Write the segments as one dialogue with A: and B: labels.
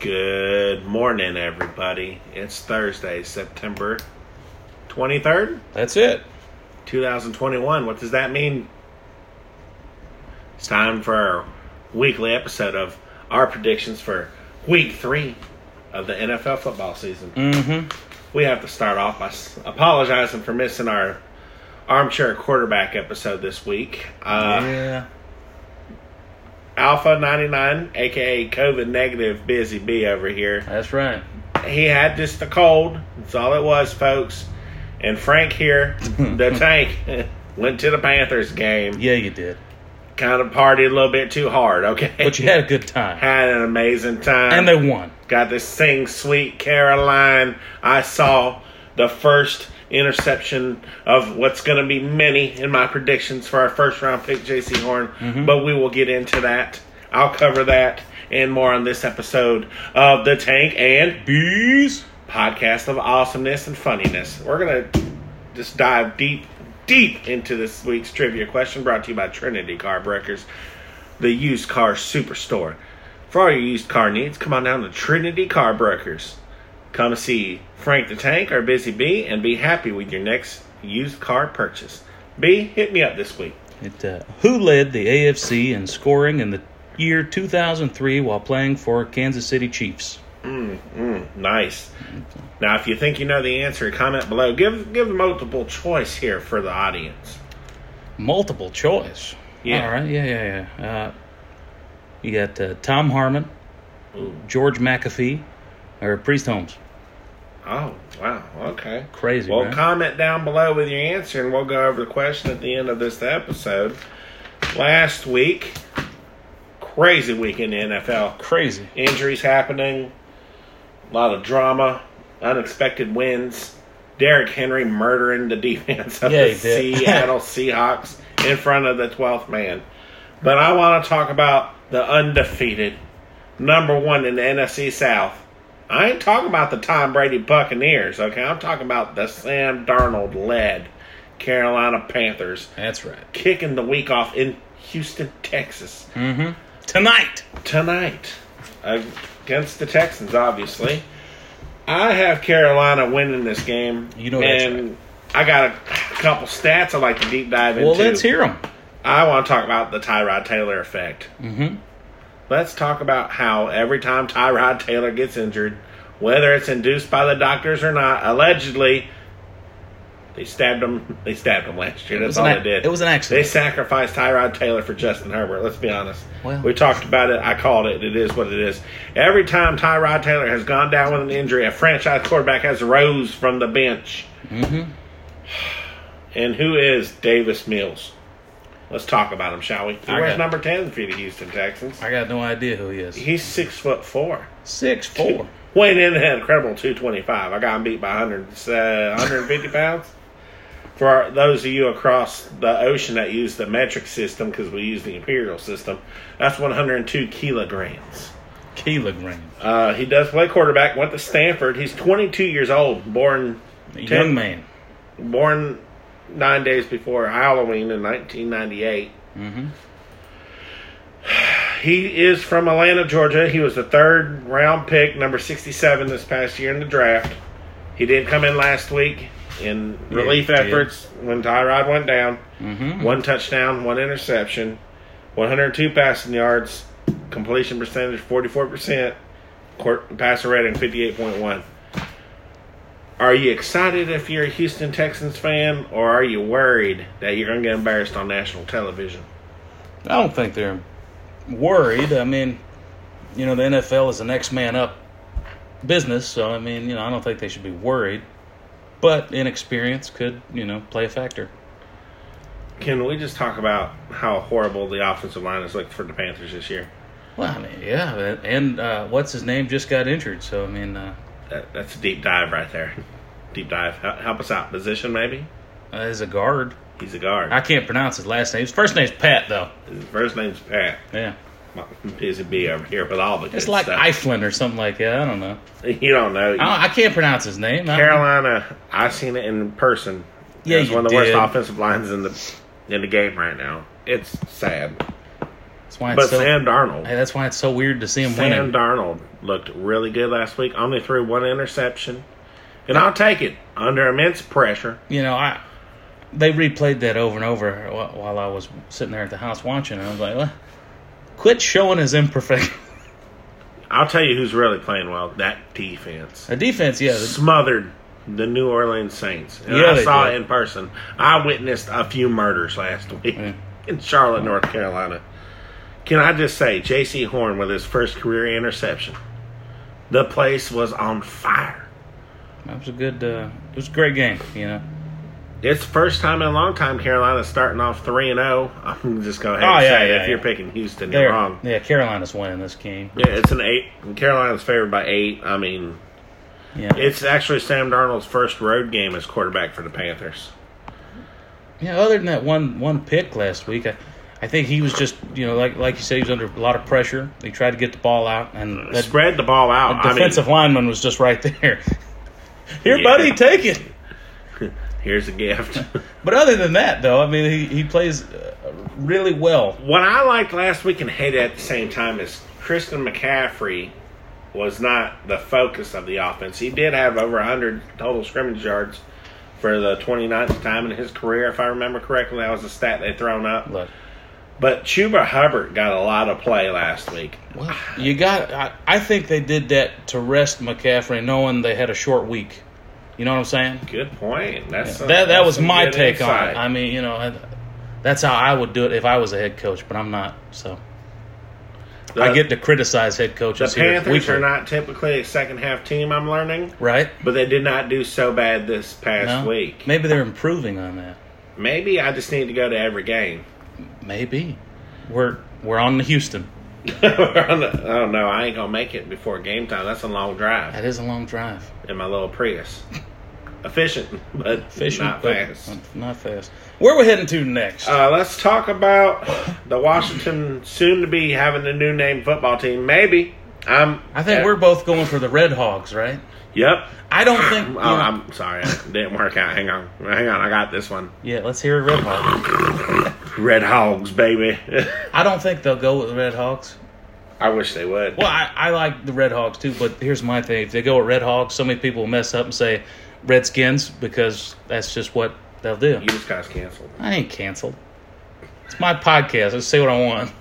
A: Good morning, everybody. It's Thursday, September 23rd,
B: That's it.
A: 2021. What does that mean? It's time for our weekly episode of our predictions for week three of the NFL football season.
B: Mm-hmm.
A: We have to start off by s- apologizing for missing our armchair quarterback episode this week. Uh,
B: yeah.
A: Alpha 99, aka COVID negative, busy bee over here.
B: That's right.
A: he had just a cold. That's all it was, folks. And Frank here, the tank, went to the Panthers game.
B: Yeah, you did.
A: Kind of partied a little bit too hard, okay?
B: But you had a good time.
A: had an amazing time.
B: And they won.
A: got this sing sweet Caroline. I saw the first interception of what's going to be many in my predictions for our first round pick, JC Horn.
B: Mm-hmm.
A: But we will get into that. I'll cover that and more on this episode of The Tank and
B: Bees.
A: podcast of awesomeness and funniness. We're going to just dive deep, deep into this week's trivia question brought to you by Trinity Car Breakers, the used car superstore. For all your used car needs, come on down to Trinity Car Breakers. Come see Frank the Tank or Busy Bee and be happy with your next used car purchase. B, hit me up this week.
B: It, uh, who led the AFC in scoring in the year 2003 while playing for Kansas City Chiefs?
A: Nice. Now, if you think you know the answer, comment below. Give give multiple choice here for the audience.
B: Multiple choice.
A: Yeah.
B: All right. Yeah, yeah, yeah. Uh, you got uh, Tom Harmon, George McAfee, or Priest Holmes.
A: Oh, wow. Okay.
B: Crazy,
A: Well,
B: right?
A: comment down below with your answer, and we'll go over the question at the end of this episode. Last week, crazy week in the NFL.
B: Crazy.
A: Injuries happening, a lot of drama, unexpected wins. Derrick Henry murdering the defense of
B: Yeah,
A: the
B: he did.
A: Seattle Seahawks in front of the 12th man. But I want to talk about the undefeated number one in the NFC South. I ain't talking about the Tom Brady Buccaneers, okay? I'm talking about the Sam Darnold led Carolina Panthers
B: That's right.
A: kicking the week off in Houston, Texas
B: Mm-hmm. Tonight.
A: tonight against the Texans, obviously. I have Carolina winning this game.
B: You know that's
A: and I got a couple stats I'd like to deep dive into.
B: Well, let's hear them.
A: I want to talk about the Tyrod Taylor effect.
B: Mm-hmm.
A: Let's talk about how every time Tyrod Taylor gets injured, whether it's induced by the doctors or not, allegedly, they stabbed him. They stabbed him last year. That's
B: an
A: all
B: ac-
A: they did.
B: it was an
A: They
B: accident.
A: sacrificed Tyrod Taylor for Justin Herbert. Let's be honest.
B: Well-
A: we talked about it. I called it. It is what it is. Every time Tyrod Taylor has gone down with an injury, a franchise quarterback has rose from the bench.
B: Mm-hmm.
A: And who is Davis Mills? Let's talk about him, shall we? He
B: I
A: wears
B: got-
A: number ten for the Houston Texans.
B: I got no idea who he is.
A: He's six foot four.
B: Six four.
A: Went in and had an incredible 225. I got him beat by 100, uh, 150 pounds. For our, those of you across the ocean that use the metric system, because we use the imperial system, that's 102 kilograms.
B: Kilogram.
A: Uh, he does play quarterback. Went to Stanford. He's 22 years old, born
B: A
A: ten-
B: young man.
A: born nine days before Halloween in 1998.
B: Mm-hmm.
A: He is from Atlanta, Georgia. He was the third round pick, number 67 this past year in the draft. He did come in last week in relief
B: he did.
A: efforts when Tyrod went down.
B: Mm-hmm.
A: One touchdown, one interception, 102 passing yards, completion percentage 44%, court, passer rating 58.1. Are you excited if you're a Houston Texans fan, or are you worried that you're going to get embarrassed on national television?
B: I don't think they're worried. I mean, you know, the NFL is the next man up business, so I mean, you know, I don't think they should be worried. But inexperience could, you know, play a factor.
A: Can we just talk about how horrible the offensive line has looked for the Panthers this year?
B: Well, I mean, yeah, but- and uh, what's his name just got injured, so I mean, uh,
A: That, that's a deep dive right there. Deep dive. Help, help us out. Position, maybe?
B: as a guard,
A: He's a guard.
B: I can't pronounce his last name. His first name's Pat, though.
A: His first name's Pat.
B: Yeah,
A: My- Busy bee over here, but all the
B: it's
A: good
B: like
A: stuff.
B: Eiflin or something like that. I don't know.
A: You don't know.
B: I, don't, I can't pronounce his name. I-
A: Carolina, I seen it in person.
B: Yeah,
A: it's
B: you
A: one of the worst
B: did.
A: offensive lines in the in the game right now. It's sad.
B: That's why it's
A: But
B: so.
A: Sam Darnold.
B: hey, that's why it's so weird to see him
A: Sam
B: winning.
A: Darnold looked really good last week. Only threw one interception. And I'll take it under immense pressure.
B: you know, I they replayed that over and over wh- while I was sitting there at the house watching, and I was like, well, "Quit showing his imperfect."
A: I'll tell you who's really playing well. That defense
B: the defense, yeah, the-
A: smothered the New Orleans Saints. And
B: Yeah,
A: I
B: they
A: saw
B: did.
A: it in person. I witnessed a few murders last week
B: Yeah.
A: in Charlotte, North Carolina. Can I just say, J.C. Horn with his first career interception, the place was on fire.
B: that was a good. Uh, it was a great game, you know.
A: It's the first time in a long time Carolina's starting off three and zero. I'm just going to
B: Oh,
A: have
B: yeah,
A: say it.
B: yeah,
A: if you're
B: yeah.
A: picking Houston,
B: They're-
A: you're wrong.
B: Yeah, Carolina's winning this game.
A: Yeah, it's an eight. Carolina's favored by eight. I mean,
B: Yeah,
A: it's actually Sam Darnold's first road game as quarterback for the Panthers.
B: yeah. Other than that one one pick last week, I, I think he was just you know like like you said he was under a lot of pressure. He tried to get the ball out, and that
A: Uh, Spread the ball out. I mean,
B: defensive lineman was just right there. Here,
A: Yeah.
B: buddy, take it.
A: here's a gift.
B: But other than that, though, I mean, he, he plays uh, really well.
A: what I liked last week and hated at the same time is Kristen McCaffrey was not the focus of the offense. He did have over 100 total scrimmage yards for the 29th time in his career, if I remember correctly. That was a stat they thrown up.
B: Look,
A: But Chuba Hubbard got a lot of play last week.
B: you got. I, I think they did that to rest McCaffrey, knowing they had a short week. You know what I'm saying?
A: Good point. That's
B: that that
A: that's
B: was
A: some
B: my
A: good
B: take on
A: insight.
B: it. I mean, you know, I, that's how I would do it if I was a head coach, but I'm not. So
A: the,
B: I get to criticize head
A: the
B: coaches here.
A: Panthers
B: weekly,
A: are not typically a second half team. I'm learning,
B: right.
A: but they did not do so bad this past
B: No?
A: week.
B: Maybe they're improving on that.
A: Maybe I just need to go to every game.
B: Maybe we're we're on to Houston.
A: oh no, I ain't gonna make it before game time. That's a long drive
B: That is a long drive.
A: in my little Prius. Efficient, but
B: Efficient,
A: not
B: but
A: fast.
B: Not fast. Where we heading to next?
A: Uh, let's talk about the Washington soon to be having a new name football team. Maybe I'm.
B: I think we're both going for the Red Hogs, right?
A: Yep.
B: I don't think.
A: Oh,
B: you know-
A: I'm sorry. It didn't work out. Hang on. Hang on. I got this one.
B: yeah, let's hear a Red Hog.
A: Red Hogs, baby.
B: I don't think they'll go with the Red Hogs.
A: I wish they would.
B: Well, I, I like the Red Hogs too, but here's my thing: if they go with Red Hogs, so many people will mess up and say Redskins because that's just what they'll do.
A: You just got us canceled.
B: I ain't canceled. It's my podcast. I say what I want.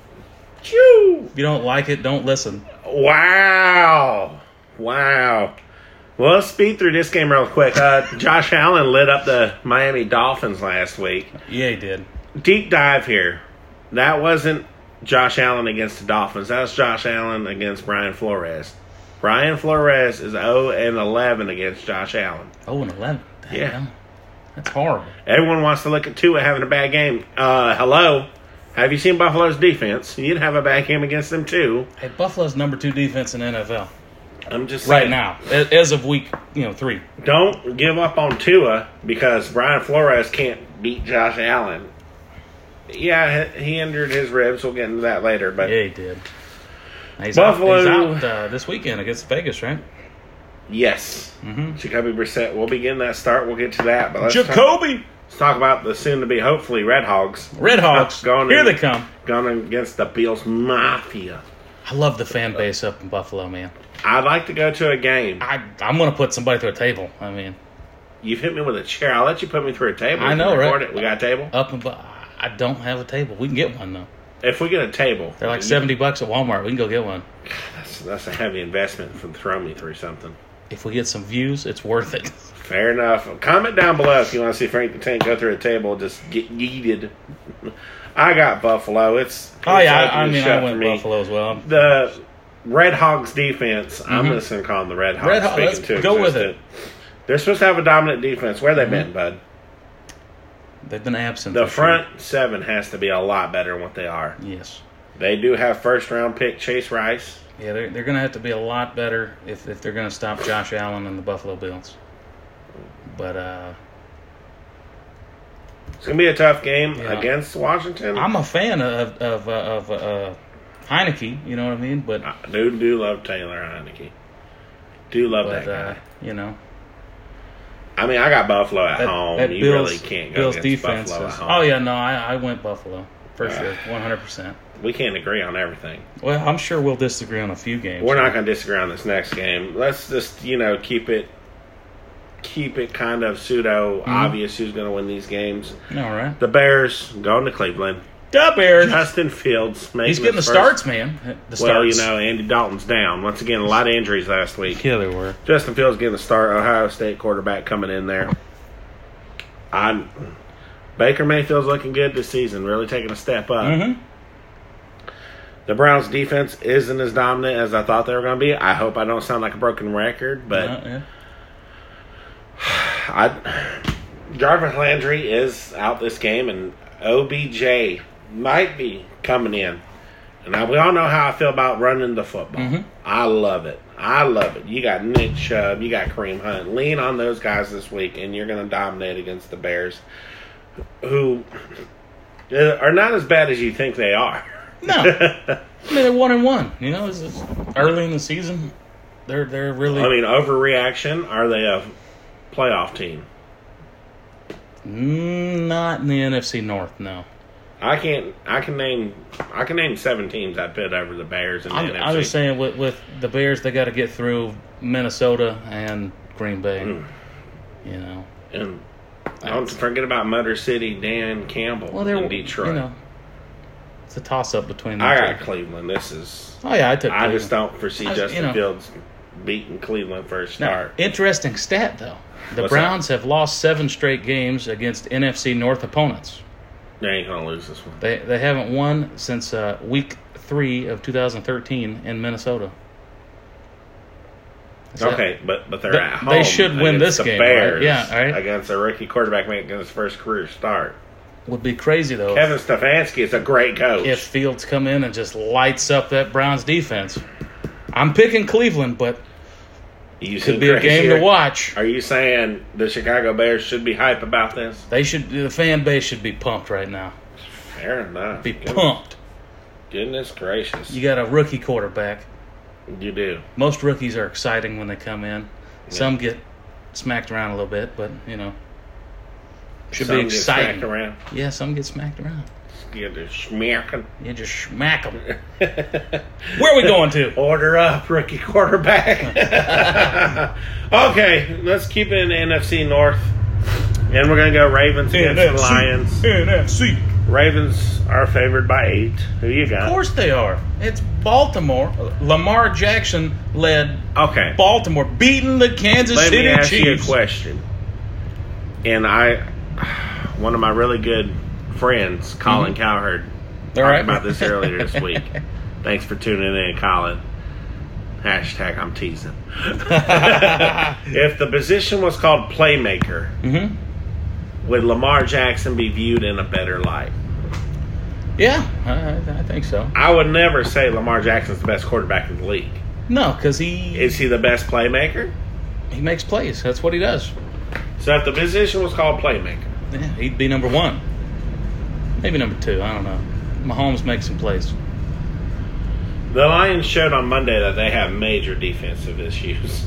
A: Phew.
B: If you don't like it, don't listen.
A: Wow. Wow. Well, let's speed through this game real quick. Uh, Josh Allen lit up the Miami Dolphins last week.
B: Yeah, he E did.
A: Deep dive here. That wasn't Josh Allen against the Dolphins. That was Josh Allen against Brian Flores. Brian Flores is 0 and 11 against Josh Allen.
B: Oh, and eleven. Damn.
A: Yeah.
B: that's horrible.
A: Everyone wants to look at Tua having a bad game. Uh, hello. Have you seen Buffalo's defense? You'd have a bad game against them too.
B: Hey, Buffalo's number two defense in NFL
A: I'm just
B: right
A: saying,
B: now, a- as of week you know three.
A: Don't give up on Tua because Brian Flores can't beat Josh Allen. Yeah, he he injured his ribs. We'll get into that later. But
B: Yeah, he E did. He's
A: Buffalo-
B: out, he's out uh, this weekend against Vegas, right?
A: yes,
B: Mm-hmm.
A: Jacoby Brissett will begin that start. We'll get to that. But let's talk,
B: Jacoby
A: let's talk about the soon-to-be hopefully Red Hogs
B: Red Hawks.
A: Going
B: Here
A: in.
B: they come.
A: going against the Bills Mafia.
B: I love the fan base up in Buffalo, man.
A: I'd like to go to a game.
B: I I'm gonna put somebody through a table. I mean,
A: You've hit me with a chair. I'll let you put me through a table.
B: I
A: We can
B: know,
A: record
B: right?
A: It. We got a table.
B: up in Bu- I don't have a table. We can get one though.
A: If we get a table,
B: They're like seventy bucks at Walmart. We can go get one.
A: That's, that's a heavy investment from throwing me through something.
B: If we get some views, it's worth it.
A: Fair enough. Comment down below if you want to see Frank the Tank go through a table, just get yeeted. I got Buffalo. It's
B: Oh
A: it's
B: yeah,
A: open
B: I, I
A: and
B: mean
A: shut
B: I
A: for
B: went
A: me.
B: Buffalo as well.
A: The Red Hogs defense. I'm just gonna call them the Red Hogs.
B: Mm-hmm. Red Hog-
A: speaking
B: let's
A: to
B: go with Mm-hmm.
A: existent. They're supposed to have a dominant defense. Where they been, bud?
B: They've been absent.
A: The
B: for
A: front seven has to be a lot better than what they are.
B: Sure. Yes.
A: They do have first round pick Chase Rice.
B: Yeah, they're, they're going to have to be a lot better if, if they're going to stop Josh Allen and the Buffalo Bills. But uh,
A: It's gonna be a tough game
B: Yeah.
A: against Washington.
B: I'm a fan of of uh, of uh, Heineke. You know what I mean? But
A: I do do love Taylor Heineke. Do love that
B: but
A: guy.
B: uh, you know
A: I mean, I got Buffalo at
B: that,
A: home.
B: that
A: you
B: Bills
A: really can't go
B: Bills Oh,
A: against
B: defense.
A: Buffalo
B: is-
A: at home.
B: oh yeah, no, I, I went Buffalo for
A: Uh,
B: sure, 100. percent
A: We can't agree on everything.
B: Well, I'm sure we'll disagree on a few games.
A: We're not going to disagree on this next game. Let's just you know keep it keep it kind of pseudo
B: Mm-hmm.
A: obvious who's going to win these games.
B: All right.
A: The Bears going to Cleveland.
B: The Bears.
A: Justin Fields. Making
B: He's getting the
A: his first-
B: starts, man. The starts.
A: Well, you know, Andy Dalton's down once again. A lot of injuries last week.
B: Yeah, they were.
A: Justin Fields getting the start. Ohio State quarterback coming in there. I'm Baker Mayfield's looking good this season. Really taking a step up.
B: Mm-hmm.
A: The Browns defense isn't as dominant as I thought they were going to be. I hope I don't sound like a broken record, but
B: Uh, yeah.
A: I Jarvis Landry is out this game, and OBJ might be coming in. And I, we all know how I feel about running the football.
B: Mhm.
A: I love it. I love it. You got Nick Chubb, you got Kareem Hunt. Lean on those guys this week, and you're going to dominate against the Bears, who uh, are not as bad as you think they are.
B: No, I mean they're one and one. You know, it's it's early in the season. They're they're really
A: I mean, overreaction. Are they a playoff team?
B: Mm, not in the NFC North. No,
A: I can't. I can name. I can name seven teams I put over the Bears in the
B: I'm,
A: NFC.
B: I'm just saying with with the Bears, they got to get through Minnesota and Green Bay.
A: Mm.
B: You know,
A: and don't forget about Motor City, Dan Campbell
B: well they're
A: in Detroit.
B: You know, it's a toss up between.
A: I
B: them
A: got
B: two.
A: Cleveland. This is.
B: Oh yeah, I took.
A: I just
B: Cleveland.
A: don't foresee
B: I- you
A: Justin
B: know.
A: Fields beating Cleveland for a
B: Now,
A: start.
B: interesting stat though. The
A: What's that?
B: Browns have lost seven straight games against NFC North opponents.
A: They ain't gonna lose this one.
B: They they haven't won since uh, week three of 2013 in Minnesota. Is that-
A: Okay, but but they're
B: They-
A: at
B: they
A: home.
B: should win
A: against
B: this
A: the
B: game, right?
A: Bears
B: Yeah, all right.
A: Against a rookie quarterback making his first career start.
B: would be crazy though if-
A: Kevin Stefanski is a great coach.
B: if Fields come in and just lights up that Browns defense. I'm picking Cleveland, but
A: you
B: could be a game to watch.
A: Are you saying the Chicago Bears should be hype about this?
B: They should the fan base should be pumped right now.
A: Fair enough.
B: Be
A: Goodness-
B: pumped.
A: Goodness gracious.
B: You got a rookie quarterback.
A: you do.
B: Most rookies are exciting when they come in. Some get smacked around a little bit, but you know, should
A: Some
B: be
A: get smacked
B: exciting.
A: around.
B: Yeah, some get smacked around.
A: Get a smacking.
B: You just smack them. Where are we going to?
A: Order up, rookie quarterback. okay, let's keep it in NFC North. And we're going to go Ravens against the Lions.
B: NFC.
A: Ravens are favored by eight. Who you
B: Of
A: got?
B: course they are. It's Baltimore. Lamar Jackson led
A: Okay.
B: Baltimore beating the Kansas
A: Let
B: City
A: me ask you a
B: Chiefs.
A: question. And I, one of my really good friends, Colin Cowherd,
B: Mm-hmm.
A: talked
B: All right.
A: about this earlier this week. Thanks for tuning in, Colin. Hashtag I'm teasing. if the position was called playmaker,
B: hmm
A: would Lamar Jackson be viewed in a better light?
B: Yeah, I- I, I think so.
A: I would never say Lamar Jackson's the best quarterback in the league.
B: No, because he
A: Is he the best playmaker?
B: he makes plays. That's what he does.
A: So if the position was called playmaker,
B: Yeah, he'd be number one, maybe number two. I don't know. Mahomes makes some plays.
A: the Lions showed on Monday that they have major defensive issues.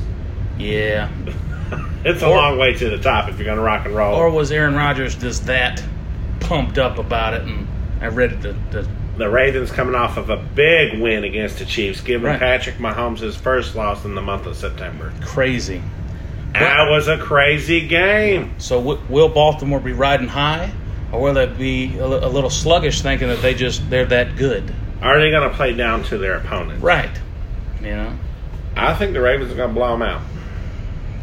B: Yeah.
A: It's a
B: Or-
A: long way to the top if you're going to rock and roll.
B: Or was Aaron Rodgers just that pumped up about it? And I read the, the
A: the Ravens coming off of a big win against the Chiefs, giving
B: Right.
A: Patrick Mahomes his first loss in the month of September.
B: crazy.
A: That was a crazy game.
B: So w- will Baltimore be riding high, or will they be a, li- a little sluggish, thinking that they just they're that good?
A: Are they going to play down to their opponent?
B: Right. You know.
A: I think the Ravens are going to blow them out.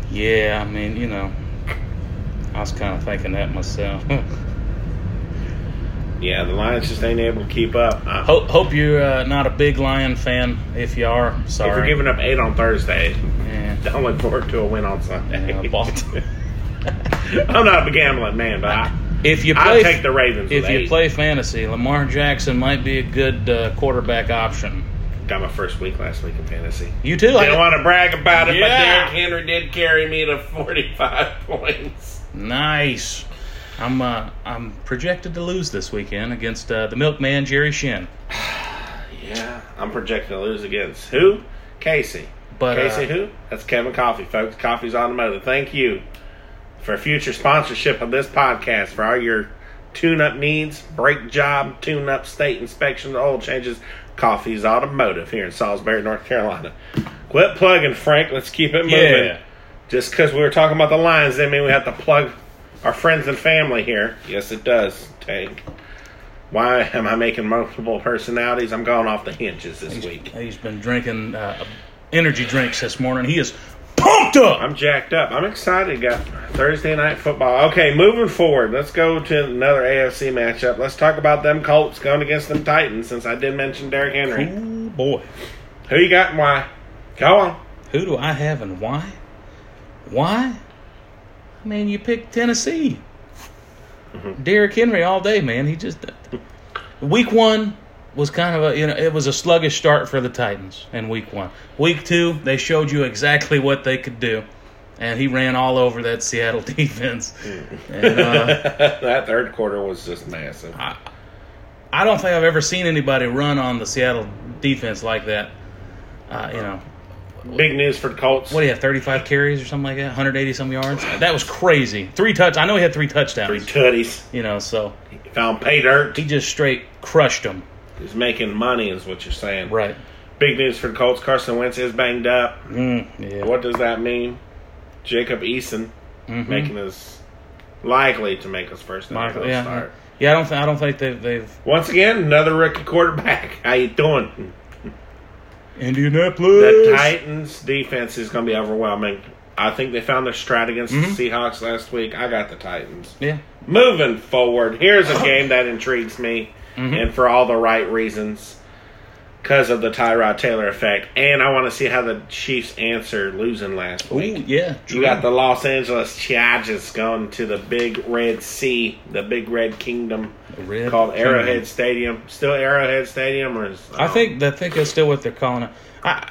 B: Yeah, I mean, you know, I was kind of thinking that myself.
A: Yeah, the Lions just ain't able to keep up. I-
B: hope hope you're uh, not a big Lion fan. If you are,
A: if you're
B: sorry.
A: giving up eight on Thursday,
B: yeah.
A: don't look forward to a win on Sunday.
B: Yeah, Baltimore.
A: I'm not a gambling man, but I,
B: If you
A: I'll
B: play,
A: take the Ravens.
B: if
A: with
B: you
A: eight.
B: play fantasy, Lamar Jackson might be a good uh, quarterback option.
A: got my first week last week in fantasy.
B: You too. I-
A: Didn't want to brag about it,
B: Yeah.
A: but Derrick Henry did carry me to 45 points.
B: Nice. I'm uh, I'm projected to lose this weekend against uh, the milkman Jerry Shin.
A: Yeah, I'm projecting to lose against who? Casey.
B: But uh,
A: Casey who? That's Kevin Coffee, folks. Coffee's on the motor. Thank you for future sponsorship of this podcast for all your tune up needs, brake job, tune up, state inspection, oil changes, coffees, automotive here in Salisbury, North Carolina. Quit plugging, Frank. Let's keep it moving.
B: Yeah.
A: Just because we were talking about the lines, doesn't mean we have to plug our friends and family here. Yes, it does, Tank. Why am I making multiple personalities? I'm going off the hinges this week.
B: He's been drinking uh, energy drinks this morning. He is pumped up.
A: I'm jacked up. I'm excited. Got Thursday night football. Okay, moving forward. Let's go to another AFC matchup. Let's talk about them Colts going against them Titans since I did mention Derrick Henry.
B: Ooh, boy.
A: Who you got and why? Go on.
B: Who do I have and why? Why? I mean, you picked Tennessee. Derrick Henry all day, man. He just week one was kind of a you know it was a sluggish start for the Titans in week one. Week two, they showed you exactly what they could do, and he ran all over that Seattle defense. And, uh,
A: that third quarter was just massive.
B: I don't think I've ever seen anybody run on the Seattle defense like that. Uh, you know,
A: Big news for the Colts.
B: what do you have, 35 carries or something like that? 180 some yards? That was crazy. Three touch. I know he had three
A: Three
B: touchdowns.
A: tutties.
B: You know, so
A: Found pay dirt.
B: he just straight crushed them.
A: He's making money, is what you're saying.
B: Right.
A: Big news for the Colts. Carson Wentz is banged up.
B: Mm, yeah.
A: What does that mean? Jacob Eason
B: Mhm.
A: making us likely to make us first in
B: Michael,
A: NFL
B: yeah.
A: start.
B: Yeah, I don't. Th- I don't think they've, they've
A: Once again, another rookie quarterback. How you doing?
B: Indianapolis.
A: The Titans defense is going to be overwhelming. I think they found their stride against the Seahawks last week. I got the Titans.
B: Yeah.
A: Moving forward, here's a game that intrigues me, and for all the right reasons, because of the Tyrod Taylor effect. And I want to see how the Chiefs answer losing last
B: Ooh,
A: week.
B: yeah.
A: You got the Los Angeles Chargers going to the Big Red Sea, the Big Red Kingdom,
B: The Red
A: called
B: Kingdom.
A: Arrowhead Stadium. Still Arrowhead Stadium, or is, um,
B: I think. I think that's still what they're calling it. I,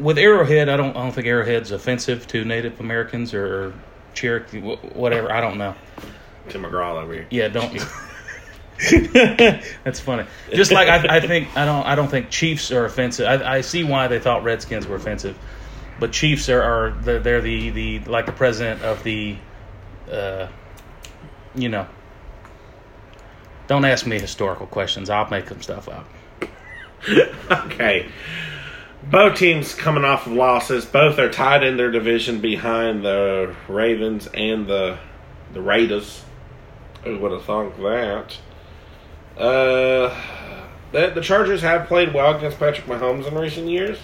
B: with Arrowhead, I don't. I don't think Arrowhead's offensive to Native Americans or, or Cherokee, wh- whatever. I don't know.
A: Tim McGraw over here.
B: Yeah, don't. That's funny. Just like I, I think I don't. I don't think Chiefs are offensive. I, I see why they thought Redskins were offensive, but Chiefs are, are they're, they're the the like the president of the, uh, you know. Don't ask me historical questions. I'll make them stuff up.
A: Okay. Both teams coming off of losses. Both are tied in their division behind the Ravens and the the Raiders. Who would have thunk that? Uh, the, the Chargers have played well against Patrick Mahomes in recent years,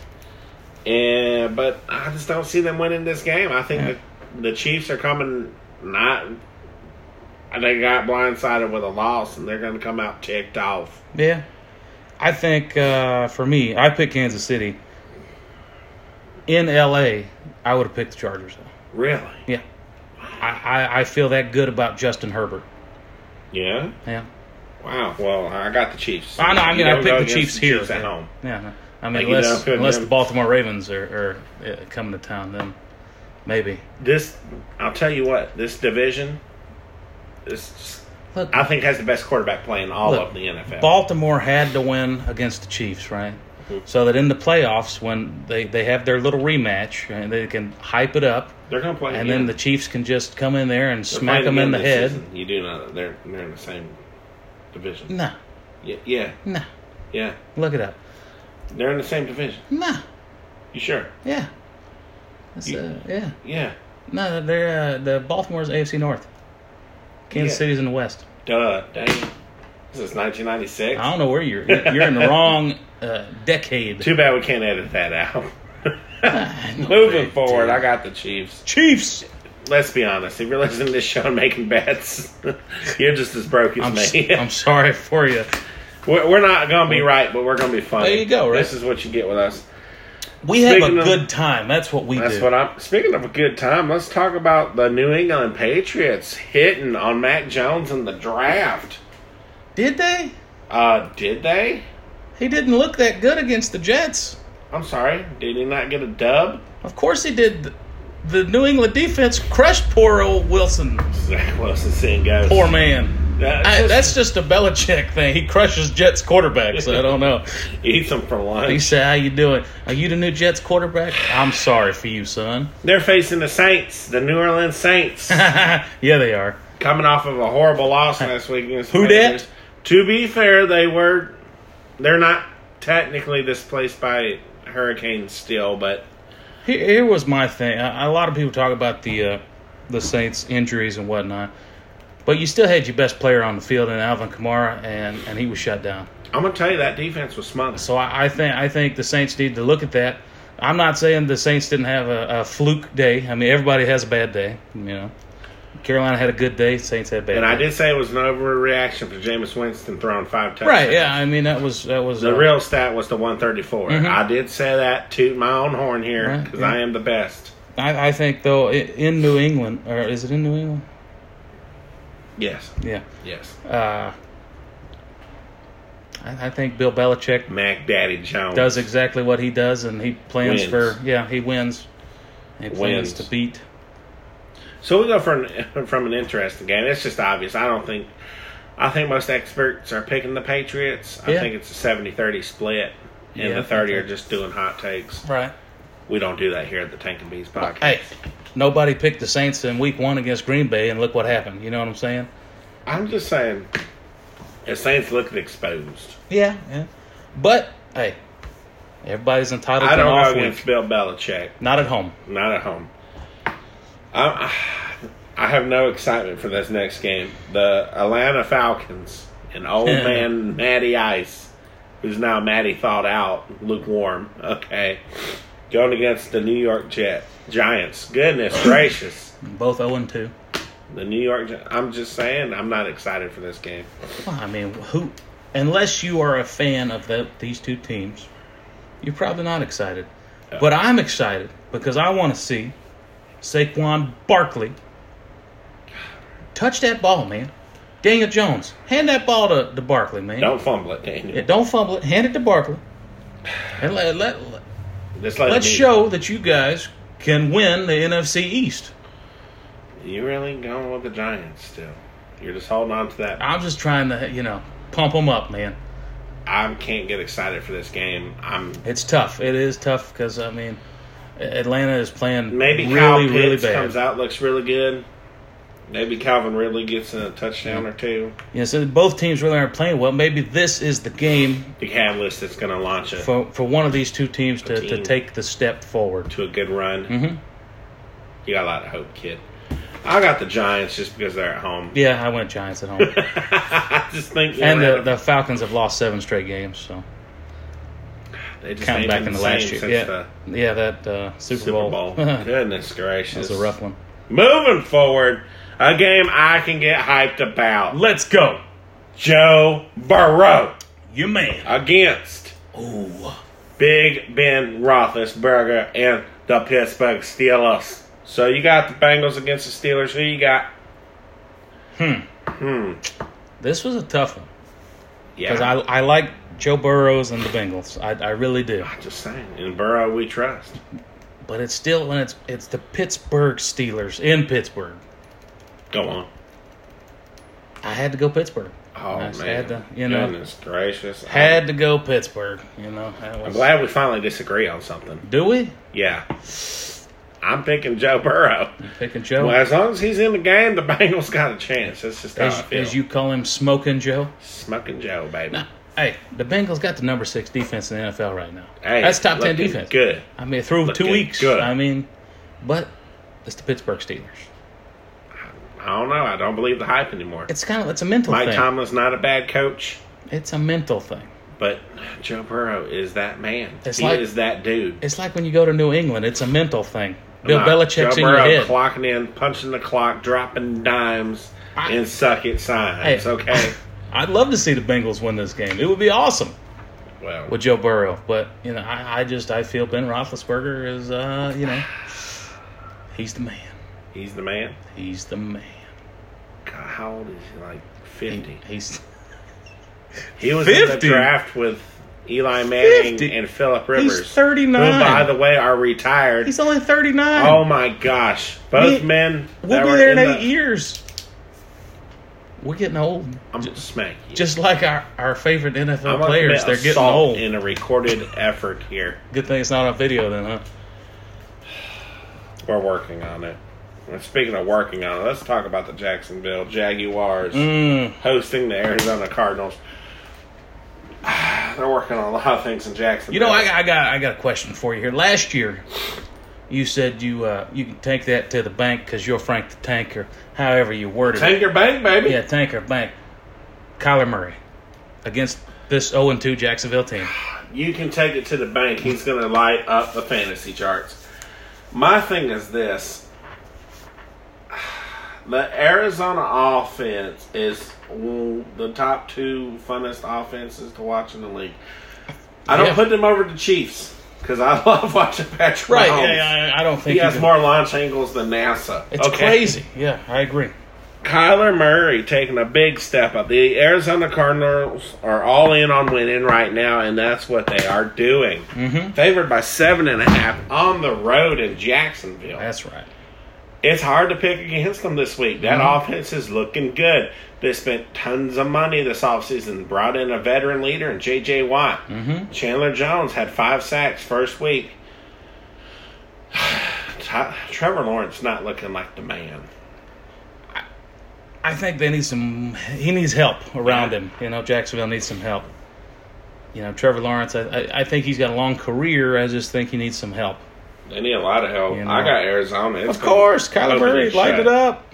A: and but I just don't see them winning this game. I think
B: Yeah.
A: the, the Chiefs are coming not. They got blindsided with a loss, and they're going to come out ticked off.
B: Yeah, I think uh, for me, I picked Kansas City. In L.A., I would have picked the Chargers. though.
A: Really?
B: Yeah, I, I, I feel that good about Justin Herbert.
A: Yeah.
B: Yeah.
A: Wow. Well, I got the Chiefs.
B: I know. I mean,
A: You
B: I
A: don't
B: picked
A: go
B: the
A: against
B: Chiefs here.
A: at
B: yeah.
A: home.
B: Yeah. no. I
A: Like,
B: mean,
A: you
B: unless,
A: know,
B: unless
A: yeah.
B: the Baltimore Ravens are, are uh, coming to town, then maybe.
A: This, I'll tell you what. This division, this
B: Look,
A: I think has the best quarterback play in all
B: Look,
A: of the NFL.
B: Baltimore had to win against the Chiefs, right?
A: Mhm.
B: So that in the playoffs, when they, they have their little rematch, and they can hype it up,
A: They're going to play.
B: and
A: again.
B: then the Chiefs can just come in there and
A: Mm-hmm. They're
B: smack
A: playing
B: them in
A: again this
B: the head.
A: season. You do know that they're they're in the same division.
B: No,
A: Yeah, yeah,
B: no.
A: yeah.
B: Look it up.
A: They're in the same division.
B: No,
A: You sure?
B: yeah. That's,
A: You-
B: uh, yeah.
A: Yeah.
B: No, they're, uh, the Baltimore's AFC North. Kansas
A: Yeah.
B: City's in the West.
A: Duh. Dang. This is 1996.
B: I don't know where you're. You're in the wrong uh, decade.
A: Too bad we can't edit that out.
B: I know,
A: Moving
B: dude.
A: forward, I got the Chiefs.
B: Chiefs.
A: let's be honest. If you're listening to this show and making bets, you're just as broke as
B: I'm, s-
A: me.
B: I'm sorry for you.
A: we're, we're not going to be right, but we're going to be funny.
B: There you go, right?
A: This is what you get with us.
B: We have
A: Speaking
B: a
A: of-
B: good time. That's what we
A: That's
B: do.
A: what I'm. Speaking of a good time, let's talk about the New England Patriots hitting on Mac Jones in the draft.
B: Did they?
A: Uh, did they?
B: He didn't look that good against the Jets.
A: I'm sorry. Did he not get a dub?
B: Of course he did. The New England defense crushed poor old Wilson.
A: Zach Wilson seeing goes.
B: Poor man.
A: That's
B: I,
A: just-
B: that's just a Belichick thing. He crushes Jets quarterbacks. I don't know.
A: eats him for lunch.
B: He said, "How you doing? Are you the new Jets quarterback? I'm sorry for you, son."
A: They're facing the Saints, the New Orleans Saints.
B: yeah, they are.
A: coming off of a horrible loss last week against the
B: Who dat?
A: Panthers. To be fair, they were they're not technically displaced by hurricanes still, but
B: Here, here was my thing. A, a lot of people talk about the uh, the Saints injuries and whatnot, but you still had your best player on the field in Alvin Kamara, and, and he was shut down.
A: I'm gonna tell you that defense was smothered.
B: So I, I think I think the Saints need to look at that. I'm not saying the Saints didn't have a, a fluke day. I mean, everybody has a bad day. You know, Carolina had a good day. Saints had a bad.
A: And I
B: day.
A: did say it was an overreaction for Jameis Winston throwing five touchdowns.
B: Right? Yeah. I mean, that was that was
A: The
B: uh,
A: real stat was the 134. I did say that toot my own horn here
B: Right,
A: because
B: yeah.
A: I am the best.
B: I, I think though i- in New England, or is it in New England?
A: Yes,
B: Yeah.
A: yes.
B: Uh, I, I think Bill Belichick
A: Mac Daddy Jones.
B: does exactly what he does, and he plans
A: Wins.
B: for yeah he wins. He plans
A: Wins.
B: to beat.
A: So we go from from an interesting game. It's just obvious. I don't think. I think most experts are picking the Patriots. I
B: Yeah.
A: think it's a 70-30 split, and
B: Yeah, I
A: the
B: think
A: thirty are
B: so.
A: just doing hot takes.
B: Right.
A: We don't do that here at the Tank and Bees podcast.
B: Hey, nobody picked the Saints in Week One against Green Bay, and look what happened. You know what I'm saying?
A: I'm just saying, the Saints looking exposed.
B: Yeah. Yeah. But hey, everybody's entitled
A: I
B: to an
A: don't
B: off
A: know
B: week.
A: against Bill Belichick.
B: Not at home.
A: Not at home. I'm, I have no excitement for this next game. The Atlanta Falcons and old man Matty Ice, who's now Matty thawed out, lukewarm. Okay, going against the New York Jet Giants. Goodness gracious,
B: Both 0 and 2.
A: the New York. Gi- I'm just saying, I'm not excited for this game.
B: Well, I mean, who? Unless you are a fan of the, these two teams, you're probably not excited. But I'm excited because I want to see Saquon Barkley touch that ball, man. Daniel Jones, hand that ball to, to Barkley, man.
A: Don't fumble it, Daniel.
B: Yeah, don't fumble it. Hand it to Barkley. And let, let, let,
A: Just let it
B: let's
A: be.
B: show that you guys can win the NFC East.
A: You really going with the Giants still? You're just holding on to that.
B: I'm just trying to, you know, pump them up, man.
A: I can't get excited for this game. I'm
B: It's tough. It is tough because I mean, Atlanta is playing
A: Maybe
B: really,
A: Kyle Pitts
B: really bad.
A: comes out looks really good. Maybe Calvin Ridley gets in a touchdown or two.
B: You know, so both teams really aren't playing well. Maybe this is the game
A: The catalyst that's going to launch it
B: for, for one of these two teams to, to
A: team.
B: take the step forward.
A: to a good run.
B: hmm
A: You got a lot of hope, kid. I got the Giants just because they're at home.
B: Yeah, I went Giants at home,
A: I just think you
B: and
A: know,
B: the, the Falcons have lost seven straight games. So
A: they just
B: counting
A: ain't
B: back
A: been
B: in the
A: same
B: last year,
A: since
B: yeah,
A: the
B: yeah, that uh, Super,
A: Super Bowl.
B: Bowl, that
A: Goodness gracious,
B: was a rough one.
A: Moving forward, a game I can get hyped about:
B: Let's go,
A: Joe Burrow
B: you man.
A: against
B: Ooh,
A: Big Ben Roethlisberger and the Pittsburgh Steelers. So you got the Bengals against the Steelers. Who you got?
B: this was a tough one
A: Yeah,
B: because I I like Joe Burrows and the Bengals. I I really do.
A: I'm just saying. In Burrow, we trust.
B: but it's still when it's it's the Pittsburgh Steelers in Pittsburgh.
A: Go on.
B: I had to go Pittsburgh.
A: Oh
B: I just
A: man,
B: had to, you know,
A: goodness gracious,
B: had to go Pittsburgh. You know, that
A: I'm
B: was-
A: glad we finally disagree on something.
B: Do we?
A: Yeah, I'm picking Joe Burrow.
B: Picking Joe,
A: Well, as long as he's in the game, the Bengals got a chance. That's just how I
B: as,
A: feel.
B: as you call him, smoking Joe.
A: Smoking Joe, baby.
B: Nah, hey, the Bengals got the number six defense in the NFL right now.
A: Hey,
B: That's top ten
A: looking
B: defense.
A: Good.
B: I mean, through two
A: Looking
B: weeks.
A: good.
B: I mean, but it's the Pittsburgh Steelers.
A: I don't know. I don't believe the hype anymore.
B: It's kind of it's a mental
A: Mike
B: thing.
A: Tomlin's not a bad coach.
B: It's a mental thing.
A: But Joe Burrow is that man.
B: It's
A: he
B: like-
A: is that dude.
B: It's like when you go to New England. It's a mental thing. Bill
A: Nah,
B: Belichick's
A: Joe
B: in your
A: Burrow
B: head.
A: clocking in, punching the clock, dropping dimes,
B: I-
A: and suck it signs.
B: Hey.
A: Okay.
B: I'd love to see the Bengals win this game. It would be awesome
A: Well,
B: with Joe Burrow, but you know, I, I just I feel Ben Roethlisberger is, uh, you know, he's the man.
A: he's the man.
B: He's the man.
A: God, how old is he? Like
B: He,
A: fifty.
B: he's
A: He was in the
B: 50?
A: draft with Eli Manning
B: 50?
A: and Philip Rivers.
B: he's thirty
A: Who, by
B: nine.
A: the way, are retired.
B: He's only thirty nine.
A: oh my gosh! Both
B: We-
A: men.
B: we'll
A: that
B: be
A: were
B: there in
A: in
B: eight
A: the-
B: years. We're getting old,
A: I'm gonna smack you.
B: just like our, our favorite NFL
A: I'm gonna
B: players.
A: commit
B: They're getting
A: assault
B: old.
A: in a recorded effort here.
B: Good thing it's not on video, then, huh?
A: We're working on it. And speaking of working on it, let's talk about the Jacksonville Jaguars
B: Mm,
A: hosting the Arizona Cardinals. They're working on a lot of things in Jacksonville.
B: you know, I, I got I got a question for you here. Last year, you said you uh, you can take that to the bank because you're Frank the Tank or however you worded it.
A: Take your bank, baby.
B: Yeah, Tank or bank. Kyler Murray against this 0 2 Jacksonville team.
A: You can take it to the bank. He's going to light up the fantasy charts. My thing is this the Arizona offense is w- the top two funnest offenses to watch in the league. I don't
B: Yeah.
A: put them over the Chiefs because I love watching Patrick
B: Right.
A: Mahomes.
B: Yeah, I, I don't think
A: He has
B: you can-
A: more launch angles than NASA.
B: It's crazy. Yeah, I agree.
A: Kyler Murray taking a big step up. The Arizona Cardinals are all in on winning right now, and that's what they are doing.
B: Mhm.
A: Favored by seven and a half on the road in Jacksonville.
B: That's right.
A: it's hard to pick against them this week. That offense is looking good. They spent tons of money this offseason, brought in a veteran leader in J.J. Watt.
B: Mm-hmm.
A: Chandler Jones had five sacks first week. Ty- Trevor Lawrence not looking like the man.
B: I think they need some. He needs help around him. You know, Jacksonville needs some help. You know, Trevor Lawrence. I, I, I think he's got a long career. I just think he needs some help.
A: They need a lot of help.
B: You know.
A: I got Arizona. It's
B: Of course,
A: gonna-
B: Kyler Murray
A: Shut.
B: light it up.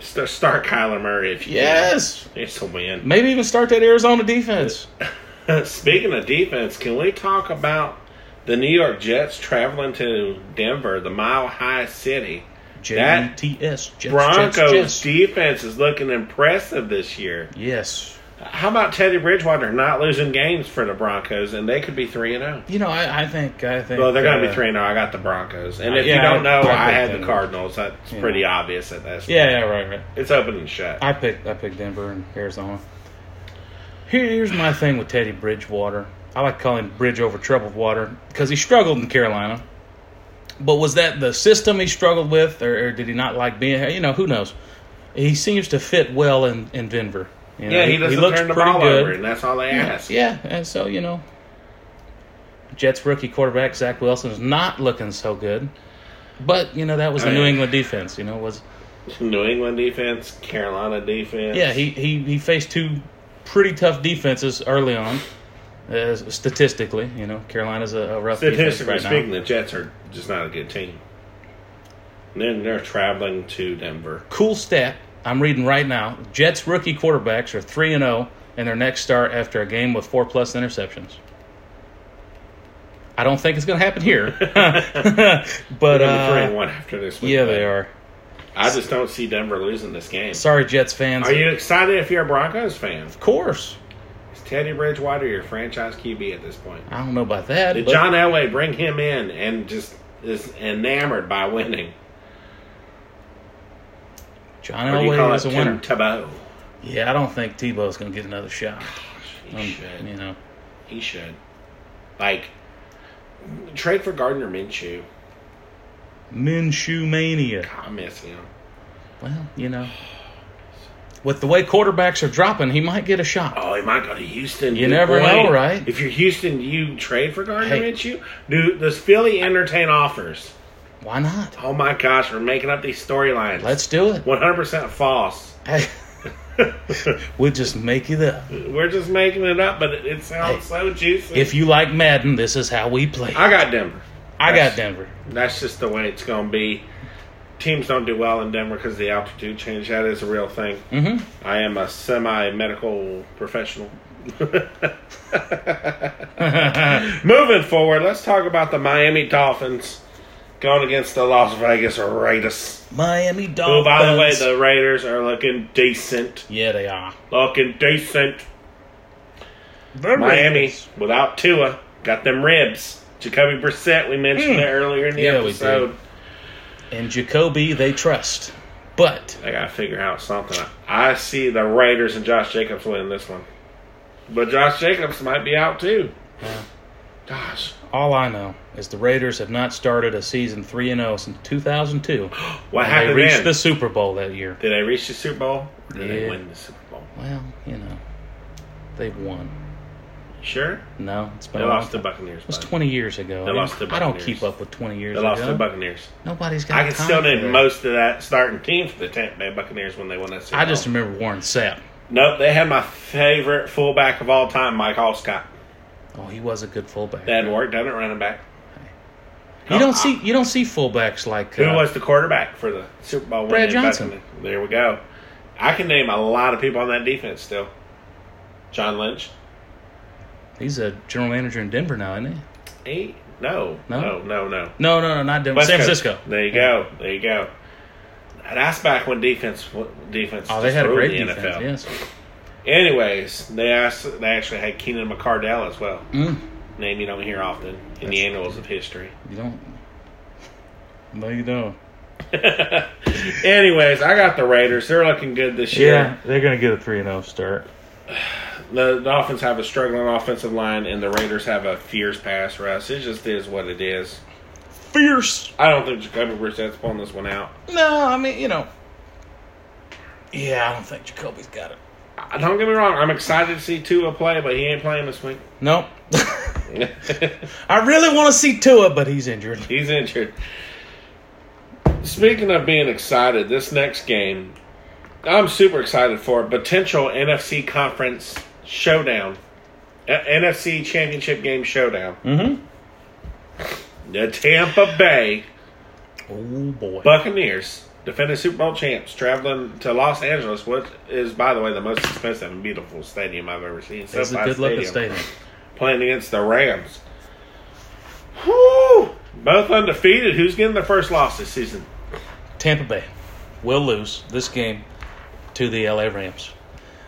A: St- Start Kyler Murray if you
B: Yes.
A: can. It's a win.
B: Maybe even start that Arizona defense.
A: Speaking of defense, can we talk about the New York Jets traveling to Denver, the Mile High City? That
B: E J-E-T-S. Jets,
A: Broncos
B: Jets, Jets.
A: defense is looking impressive this year.
B: Yes.
A: How about Teddy Bridgewater not losing games for the Broncos, and they could be three and zero.
B: You know, I, I think I think.
A: Well, they're going to
B: uh,
A: be three and zero. I got the Broncos, and if
B: Yeah,
A: you don't know, I,
B: I- I picked
A: had the
B: Denver.
A: Cardinals. That's
B: Yeah.
A: pretty obvious at this.
B: Yeah, yeah, right, right.
A: it's open and shut.
B: I picked I picked Denver and Arizona. Here, here's my thing with Teddy Bridgewater. I like calling him Bridge over troubled water because he struggled in Carolina. But was that the system he struggled with, or, or did he not like being? here? You know, who knows? He seems to fit well in in Denver. You know,
A: Yeah, he doesn't turn the ball over, and that's all they ask.
B: Yeah, and so you know, Jets rookie quarterback Zach Wilson is not looking so good. But you know that was the
A: I
B: New
A: mean-
B: England defense. You know was
A: New England defense, Carolina defense.
B: Yeah, he, he, he faced two pretty tough defenses early on. Uh, statistically, you know, Carolina's a, a rough
A: Statistically
B: defense right
A: speaking,
B: now.
A: the Jets are just not a good team. And then they're traveling to Denver.
B: Cool stat I'm reading right now: Jets rookie quarterbacks are three and zero in their next start after a game with four plus interceptions. I don't think it's going to happen here, but
A: They're gonna be three and
B: uh,
A: one after this week.
B: yeah,
A: but
B: they are.
A: I just don't see Denver losing this game.
B: Sorry, Jets fans.
A: Are you excited if you're a Broncos fan?
B: Of course,
A: Is Teddy Bridgewater your franchise QB at this point?
B: I don't know about that.
A: Did
B: but-
A: John Elway bring him in and just is enamored by winning?
B: John
A: Or do you
B: Elway
A: call
B: was a
A: it Tim
B: winner.
A: Tebow.
B: Yeah, I don't think Tebow's going to get another shot.
A: He
B: Um,
A: should.
B: you know.
A: He should. Like, trade for Gardner Minshew.
B: Minshew mania.
A: I miss him.
B: Well, you know, with the way quarterbacks are dropping, he might get a shot.
A: Oh, he might go to Houston.
B: You
A: Good
B: never know, right?
A: If you're Houston, do you trade for Gardner
B: Hey.
A: Minshew? Do does Philly entertain offers?
B: Why not?
A: Oh my gosh, we're making up these storylines.
B: Let's do it.
A: 100% false.
B: Hey, we'll just make it up.
A: we're just making it up, but it, it sounds so juicy.
B: If you like Madden, this is how we play.
A: I got Denver.
B: I got Denver.
A: That's just the way it's going to be. Teams don't do well in Denver because the altitude change. That is a real thing.
B: Mm-hmm.
A: I am a semi medical professional. Moving forward, let's talk about the Miami Dolphins going against the Las Vegas Raiders.
B: Miami Dolphins.
A: Oh, by the way, the Raiders are looking decent.
B: yeah, they are.
A: Looking decent. Miami, without Tua, got them ribs. Jacoby Brissett, we mentioned
B: Hmm.
A: that earlier in the
B: Yeah, we did.
A: episode.
B: and Jacoby, they trust. But
A: I gotta figure out something. I see the Raiders and Josh Jacobs winning this one, but Josh Jacobs might be out too.
B: Yeah.
A: Gosh,
B: all I know is the Raiders have not started a season three and zero since 2002.
A: what
B: They
A: happened
B: reached
A: then?
B: the Super Bowl that year.
A: Did they reach the Super Bowl? Or did they
B: Yeah.
A: win the Super Bowl?
B: Well, you know, they've won.
A: Sure.
B: No, it's been
A: They
B: a long
A: lost the
B: time.
A: Buccaneers.
B: It was
A: bud.
B: 20 years ago.
A: They
B: I
A: lost
B: didn't-
A: to
B: I don't
A: Buccaneers.
B: keep up with 20 years
A: They lost
B: ago.
A: the Buccaneers.
B: Nobody's got
A: I can still
B: time for
A: name
B: that.
A: most of that starting team for the Tampa Bay Buccaneers when they won that Super
B: I just
A: Bowl.
B: remember Warren Sapp.
A: nope. They had my favorite fullback of all time, Mike Allscott.
B: Oh, he was a good fullback.
A: That had worked done it running back.
B: you don't see you don't see fullbacks like
A: Who
B: uh,
A: was the quarterback for the Super Bowl?
B: Brad
A: winning
B: Johnson.
A: Buccaneers? There we go. I can name a lot of people on that defense still. John Lynch.
B: He's a general manager in Denver now, isn't he?
A: Eight? No.
B: No?
A: No. No. No.
B: No, no, no, not Denver.
A: West
B: San
A: Coast.
B: Francisco.
A: There you go. There you go. That's back when defense defense.
B: Oh, they had a
A: destroyed
B: great
A: the
B: defense.
A: NFL.
B: Yes.
A: Anyways, they asked, they actually had Keenan McCardell as well.
B: Mm,
A: Name you don't hear often in
B: That's-
A: the annals of history.
B: you don't. No, you don't.
A: Anyways, I got the Raiders. They're looking good this year.
B: they're gonna get a three and zero start.
A: The Dolphins have a struggling offensive line, and the Raiders have a fierce pass rush. It just is what it is.
B: Fierce.
A: I don't think Jacoby Brissett's pulling this one out.
B: No, I mean you know. Yeah, I don't think Jacoby's got it.
A: I- Don't get me wrong. I'm excited to see Tua play, but he ain't playing this week.
B: Nope. I really want to see Tua, but he's injured.
A: He's injured. Speaking of being excited, this next game, I'm super excited for a potential NFC conference showdown, A- NFC championship game showdown.
B: Mm-hmm.
A: The Tampa Bay
B: Oh boy.
A: Buccaneers, defending Super Bowl champs, traveling to Los Angeles, which is, by the way, the most expensive and beautiful stadium I've ever seen.
B: It's a
A: SoFi
B: good looking stadium.
A: playing against the Rams. Whoo! Both undefeated. Who's getting the first loss this season?
B: Tampa Bay will lose this game to the LA Rams.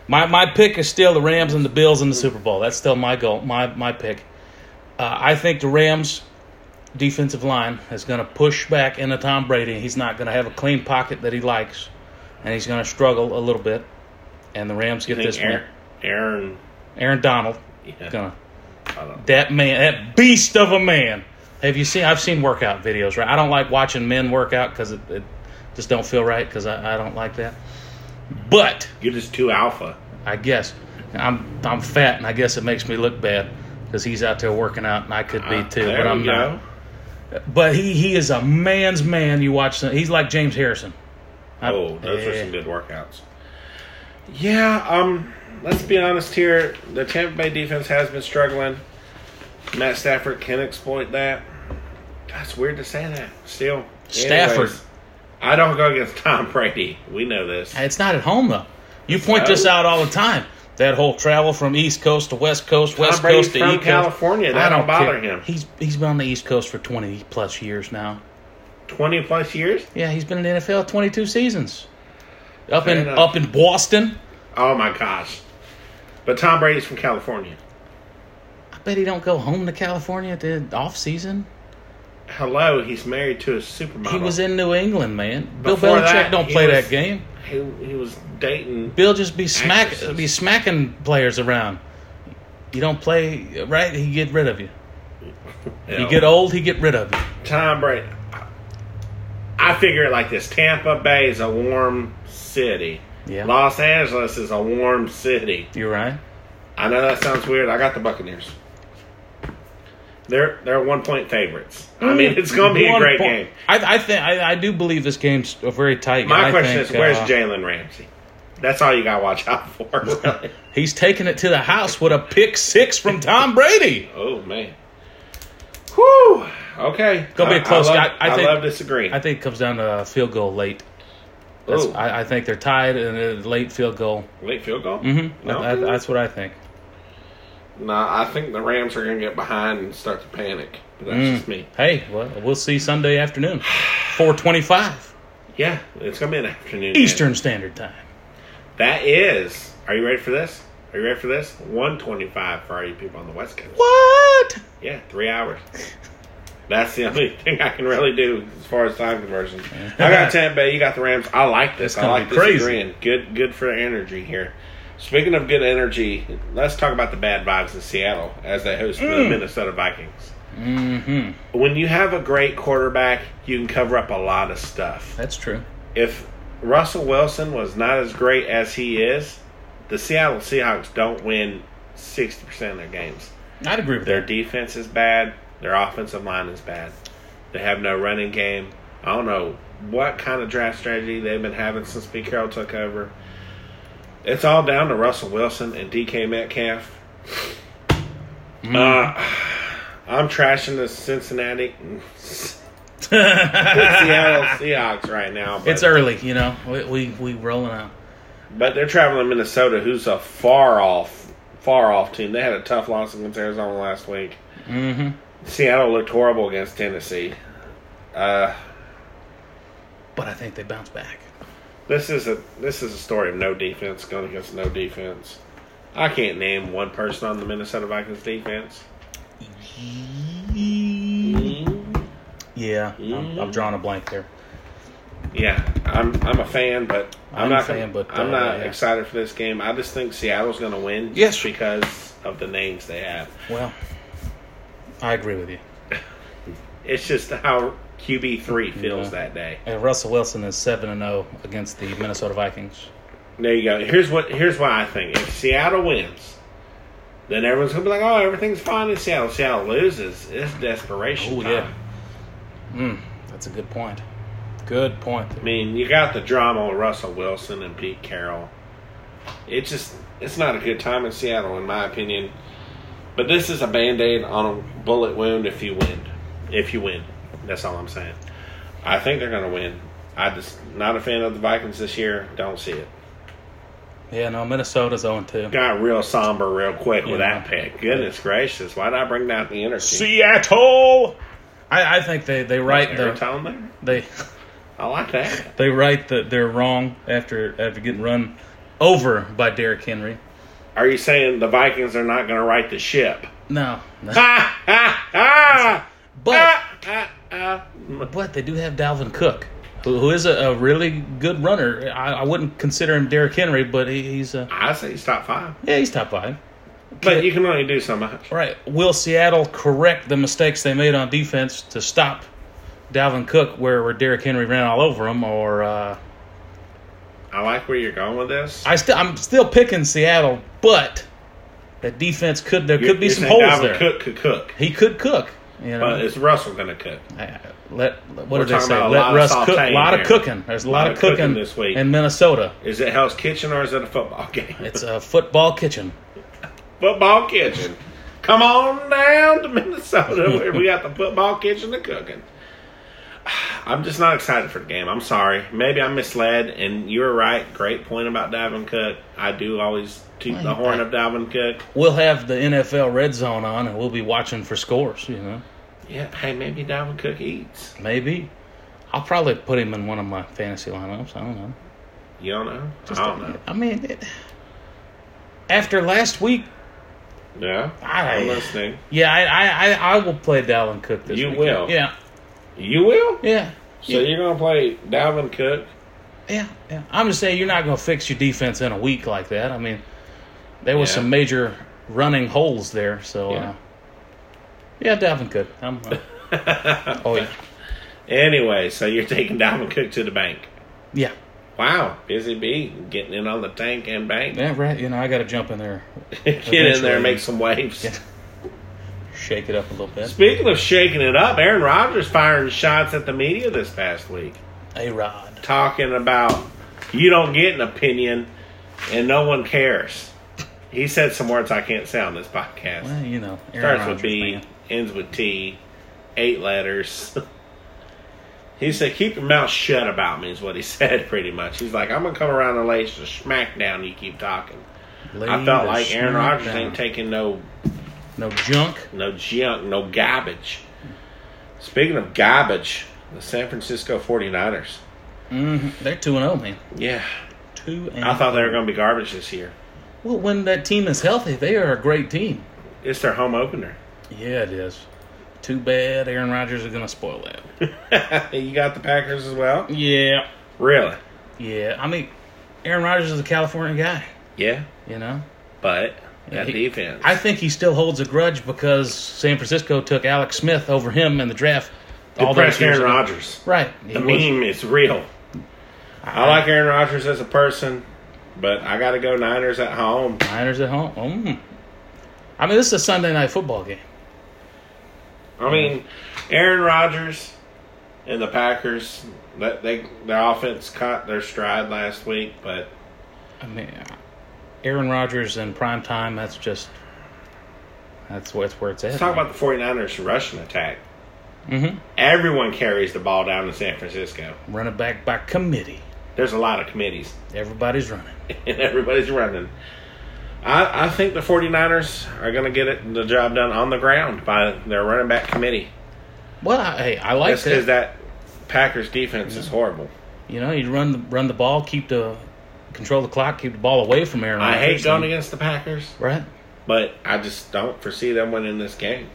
B: My my pick is still the Rams and the Bills in the Super Bowl. That's still my goal. My my pick. Uh, I think the Rams defensive line is going to push back into Tom Brady. He's not going to have a clean pocket that he likes, and he's going to struggle a little bit. And the Rams get
A: I think
B: this
A: Aaron, Aaron
B: one. Aaron Donald
A: yeah,
B: gonna
A: I don't know.
B: that man, that beast of a man. Have you seen? I've seen workout videos. Right, I don't like watching men work out because it, it just don't feel right. Because I, I don't like that. But
A: You're just too alpha.
B: I guess I'm I'm fat, and I guess it makes me look bad because he's out there working out, and I could be
A: Uh,
B: too,
A: there
B: but
A: we
B: I'm
A: go.
B: not. But he he is a man's man. You watch, him. he's like James Harrison. I-
A: Oh, those are some
B: eh,
A: good workouts. Yeah, um, let's be honest here. The Tampa Bay defense has been struggling. Matt Stafford can exploit that. That's weird to say that. Still,
B: Stafford.
A: Anyways, I don't go against Tom Brady. We know this.
B: It's not at home though. You point
A: No.
B: this out all the time. That whole travel from East Coast to West Coast, West
A: Brady's
B: Coast to
A: from
B: East Coast.
A: California. That don't bother
B: care.
A: him.
B: He's he's been on the East Coast for twenty plus years now.
A: Twenty plus years.
B: Yeah, he's been in the NFL twenty two seasons. Up
A: Fair
B: in
A: enough.
B: up in Boston,
A: Oh my gosh! But Tom Brady's from California.
B: I bet he don't go home to California at the off season.
A: Hello, he's married to a supermodel.
B: He was in New England, man. Bill
A: Before
B: Belichick
A: that,
B: don't
A: he
B: play
A: was-
B: that game.
A: He, he was dating.
B: Bill just be smack
A: Actresses.
B: be smacking players around. You don't play right, he get rid of you. You get old, he get rid of you.
A: Tom Brady. I figure it like this: Tampa Bay is a warm city.
B: Yeah.
A: Los Angeles is a warm city.
B: You're right.
A: I know that sounds weird. I got the Buccaneers. They're they're one point favorites. I mean, it's going to be a
B: Mm. One
A: great
B: point-
A: game.
B: I, I think I, I do believe this game's a very tight. and
A: My
B: I
A: question is,
B: think,
A: where's
B: uh,
A: Jalen Ramsey? That's all you got to watch out for. Really.
B: He's taking it to the house with a pick six from Tom Brady.
A: oh man. Whew. Okay.
B: Gonna be
A: I-
B: a close
A: I love,
B: guy. I think-
A: love disagreeing.
B: I think it comes down to a field goal late. That's,
A: Ooh.
B: I, I think they're tied and a late field goal.
A: Late field goal.
B: Mm-hmm.
A: No.
B: that's what I think.
A: No, I think the Rams are going to get behind and start to panic. But that's
B: Mm.
A: just me.
B: Hey, well, we'll see Sunday afternoon, four twenty-five
A: Yeah, it's going to be an afternoon. game.
B: Eastern Standard Time.
A: That is. Are you ready for this? Are you ready for this? 125 for all you people on the West Coast.
B: What?
A: Yeah, three hours. That's the only thing I can really do as far as time conversion. I got Tampa Bay. You got the Rams. I like this.
B: It's
A: I
B: gonna
A: like
B: be
A: this
B: crazy.
A: agreeing. Good, good for energy here. Speaking of good energy, let's talk about the bad vibes in Seattle as they host
B: Mm.
A: the Minnesota Vikings.
B: Mm-hmm.
A: When you have a great quarterback, you can cover up a lot of stuff.
B: That's true.
A: If Russell Wilson was not as great as he is, the Seattle Seahawks don't win sixty percent of their games.
B: I'd agree with
A: Their
B: that.
A: defense is bad. Their offensive line is bad. They have no running game. I don't know what kind of draft strategy they've been having since Pete Carroll took over. It's all down to Russell Wilson and DK Metcalf. Uh, I'm trashing the Cincinnati Seattle Seahawks right now. But,
B: it's early, you know. We we, we rolling out.
A: but they're traveling to Minnesota, who's a far off, far off team. They had a tough loss against Arizona last week.
B: Mm-hmm.
A: Seattle looked horrible against Tennessee. Uh,
B: But I think they bounce back.
A: This is a this is a story of no defense going against no defense. I can't name one person on the Minnesota Vikings defense.
B: Yeah, I'm, I'm drawing a blank there.
A: Yeah, I'm I'm a fan, but I'm,
B: I'm a
A: not
B: fan, but,
A: I'm
B: uh,
A: not
B: yeah.
A: excited for this game. I just think Seattle's going to win.
B: Yes.
A: just because of the names they have.
B: Well, I agree with you.
A: It's just how QB three feels
B: Yeah.
A: that day.
B: And Uh, Russell Wilson is seven and zero against the Minnesota Vikings.
A: There you go. Here's what here's what I think. If Seattle wins, then everyone's gonna be like, "Oh, everything's fine in Seattle." If Seattle loses, it's desperation.
B: Oh
A: time.
B: yeah. Mm, that's a good point. Good point.
A: I mean, you got the drama with Russell Wilson and Pete Carroll. It just it's not a good time in Seattle in my opinion. But this is a band-aid on a bullet wound if you win. If you win. That's all I'm saying. I think they're gonna win. I just not a fan of the Vikings this year. Don't see it.
B: Yeah, no, Minnesota's zero two.
A: Got real somber real quick with
B: Yeah.
A: that pick. Goodness gracious, why did I bring down the energy?
B: Seattle. I, I think they they write
A: Every
B: the
A: time there.
B: they
A: I like that.
B: they write that they're wrong after after getting run over by Derrick Henry.
A: Are you saying the Vikings are not gonna right the ship?
B: No, no.
A: Ha ha ha!
B: but
A: Ah, ah, ah.
B: but they do have Dalvin Cook, who, who is a, a really good runner. I, I wouldn't consider him Derrick Henry, but he, he's a
A: I say he's top five,
B: yeah he's top five.
A: but you can only do so much.
B: All Right. Will Seattle correct the mistakes they made on defense to stop Dalvin Cook where, where Derrick Henry ran all over him? Or uh,
A: I like where you're going with this.
B: I still I'm still picking Seattle, but that defense could there
A: You're-
B: could be
A: you're
B: some
A: saying
B: holes
A: Dalvin
B: there.
A: Cook could cook,
B: He could cook. You know,
A: but is Russell going to cook?
B: I- I- let let- what
A: We're
B: did they
A: talking
B: say?
A: about a lot
B: Let
A: of
B: Russ cook. A
A: sauteing
B: lot of
A: here.
B: cooking. There's a lot, of cooking,
A: this week.
B: in Minnesota.
A: Is it Hell's Kitchen or is it a football game?
B: It's a football kitchen.
A: football kitchen. Come on down to Minnesota where we got the football kitchen to cooking. I'm just not excited for the game. I'm sorry. Maybe I'm misled, and you're right. Great point about Dalvin Cook. I do always toot the horn of Dalvin Cook.
B: We'll have the NFL red zone on, and we'll be watching for scores. You know,
A: Yeah, hey, maybe Dalvin Cook eats.
B: maybe. I'll probably put him in one of my fantasy lineups. I don't know.
A: You don't know?
B: Just
A: I don't know.
B: I mean, it, after last week,
A: Yeah,
B: I-
A: I'm listening.
B: yeah, I, I, I, I will play Dalvin Cook this
A: You
B: weekend.
A: will.
B: Yeah,
A: You will?
B: yeah,
A: So you're gonna play Dalvin Cook?
B: yeah, yeah. I'm just saying, you're not going to fix your defense in a week like that. I mean, there was
A: Yeah.
B: some major running holes there. So, yeah,
A: Yeah.
B: uh, yeah Dalvin Cook. I'm, uh, oh, yeah.
A: Anyway, so you're taking Dalvin Cook to the bank.
B: Yeah,
A: Wow, busy bee getting in on the tank and bank.
B: yeah, right. You know, I got to jump in there,
A: Get in there
B: Eventually.
A: and make some waves.
B: Yeah. shake it up a little bit.
A: Speaking of shaking it up, Aaron Rodgers firing shots at the media this past week,
B: A Rod.
A: talking about you don't get an opinion and no one cares. He said some words I can't say on this podcast.
B: Well, you know,
A: Starts
B: Aaron
A: with
B: Rodgers,
A: B,
B: man.
A: ends with T, eight letters. he said, "Keep your mouth shut about me," is what he said. Pretty much, he's like, "I'm gonna come around and lay some smack down. You keep talking." I
B: Lay
A: felt
B: the
A: like Aaron
B: smack
A: Rodgers
B: down.
A: ain't taking no
B: no junk.
A: no junk, no garbage. Speaking of garbage, the San Francisco 49ers.
B: hmm They're two and zero, man.
A: Yeah.
B: Two and
A: I thought they were going to be garbage this year.
B: Well, when that team is healthy, they are a great team.
A: It's their home opener.
B: Yeah, it is. Too bad Aaron Rodgers is going to spoil that.
A: you got the Packers as well?
B: yeah.
A: Really?
B: Yeah. I mean, Aaron Rodgers is a California guy,
A: Yeah.
B: you know?
A: But that
B: He-
A: defense.
B: I think he still holds a grudge because San Francisco took Alex Smith over him in the draft.
A: Depressed
B: years
A: Aaron
B: ago.
A: Rodgers.
B: Right. He
A: The
B: was-
A: meme is real. I like Aaron Rodgers as a person, but I got to go Niners at home.
B: Niners at home. Mm. I mean, this is a Sunday night football game.
A: I mean, Aaron Rodgers and the Packers, that they their offense caught their stride last week, but
B: I mean, Aaron Rodgers in prime time. That's just that's where, that's where it's at.
A: let's talk about the 49ers rushing attack.
B: hmm
A: Everyone carries the ball down in San Francisco.
B: Run it back by committee.
A: There's a lot of committees,
B: Everybody's running.
A: and everybody's running. I, I think the 49ers are going to get it, the job done on the ground by their running back committee.
B: Well, I, hey, I like
A: That's because
B: that.
A: that Packers defense is horrible.
B: You know, you run the run the ball, keep the control the clock, keep the ball away from Aaron.
A: I hate
B: Rodgers,
A: going
B: and-
A: against the Packers.
B: Right.
A: But I just don't foresee them winning this game.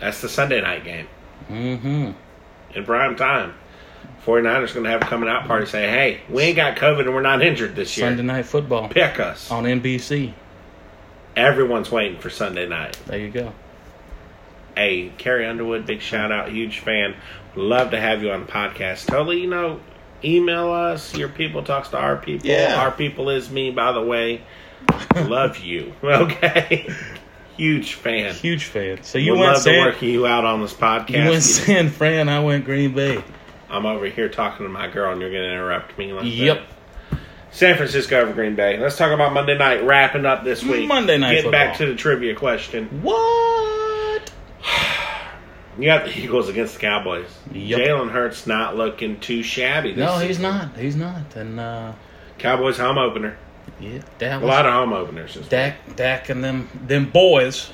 A: That's the Sunday night game
B: Mm-hmm.
A: in prime time. 49ers going to have a coming out party saying, hey, we ain't got COVID and we're not injured this year.
B: Sunday night football
A: Pick us.
B: on NBC.
A: Everyone's waiting for Sunday night.
B: There you go.
A: Hey, Carrie Underwood, big shout out, huge fan. Love to have you on the podcast. Totally, you know, email us. Your people talks to our people.
B: Yeah.
A: Our people is me, by the way. Love you. Okay. huge fan.
B: Huge fan. So
A: You
B: you
A: would
B: went
A: love to
B: San,
A: work you out on this podcast.
B: you went San Fran. I went Green Bay.
A: I'm over here talking to my girl, and you're going to interrupt me. Like that.
B: Yep.
A: San Francisco over Green Bay. Let's talk about Monday night wrapping up this week.
B: Monday night
A: Getting back to
B: football.
A: the trivia question.
B: What?
A: You got the Eagles against the Cowboys.
B: Yep.
A: Jalen Hurts not looking too shabby. This
B: No, he's
A: season.
B: not. He's not. And uh,
A: Cowboys home opener.
B: yeah, Dallas.
A: A lot of home openers. This week.
B: Dak, Dak, and them them boys.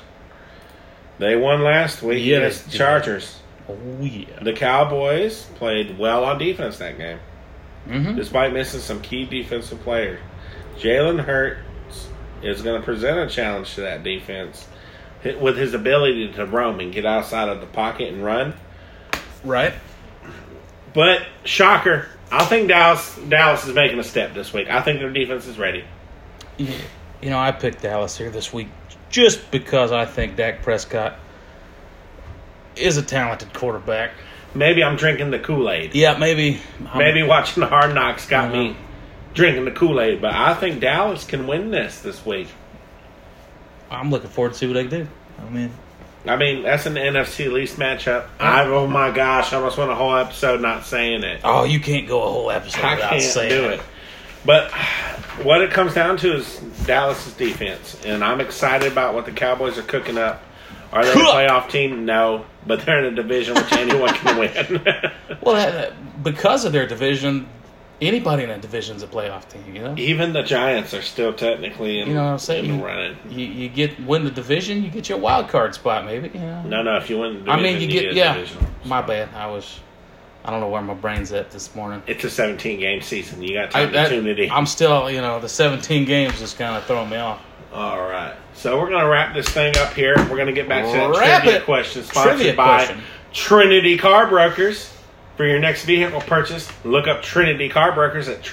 A: They won last week
B: Yeah, they
A: against the
B: did.
A: Chargers.
B: Oh yeah.
A: The Cowboys played well on defense that game,
B: Mm-hmm.
A: despite missing some key defensive players. Jalen Hurts is going to present a challenge to that defense Hi- with his ability to roam and get outside of the pocket and run.
B: Right.
A: But shocker, I think Dallas Dallas is making a step this week. I think their defense is ready.
B: Yeah. You know, I picked Dallas here this week just because I think Dak Prescott is a talented quarterback.
A: Maybe I'm drinking the Kool Aid.
B: Yeah, maybe. I'm-
A: Maybe watching the Hard Knocks got me
B: Uh-huh.
A: drinking the Kool Aid. But I think Dallas can win this this week.
B: I'm looking forward to see what they do. I mean,
A: I mean, that's an NFC least matchup.
B: Uh-huh.
A: I oh my gosh, I almost went a whole episode not saying it.
B: oh, you can't go a whole episode
A: I
B: without
A: can't
B: saying
A: do it. But what it comes down to is Dallas's defense, and I'm excited about what the Cowboys are cooking up. Are they a
B: Cook.
A: playoff team? No, but they're in a division which anyone can win.
B: Well, that, that- because of their division, anybody in that division's a playoff team. You know,
A: Even the Giants are still technically in,
B: you know what I'm saying.
A: in the
B: You,
A: running.
B: you, you get win the division, you get your wild card spot, maybe. You know?
A: No, no, if you win, the
B: I
A: division,
B: mean, you get
A: a
B: yeah.
A: divisional.
B: My bad. I was. I don't know where my brain's at this morning.
A: It's a 17 game season. You got
B: I,
A: time
B: that-
A: opportunity.
B: I'm still, you know, the 17 games is kind of throwing me off.
A: All right. So we're going to wrap this thing up here. We're going to get back to that
B: Wrap
A: trivia
B: it.
A: question sponsored
B: Trivia
A: by
B: question.
A: Trinity Car Brokers. For your next vehicle purchase, look up Trinity Car Brokers at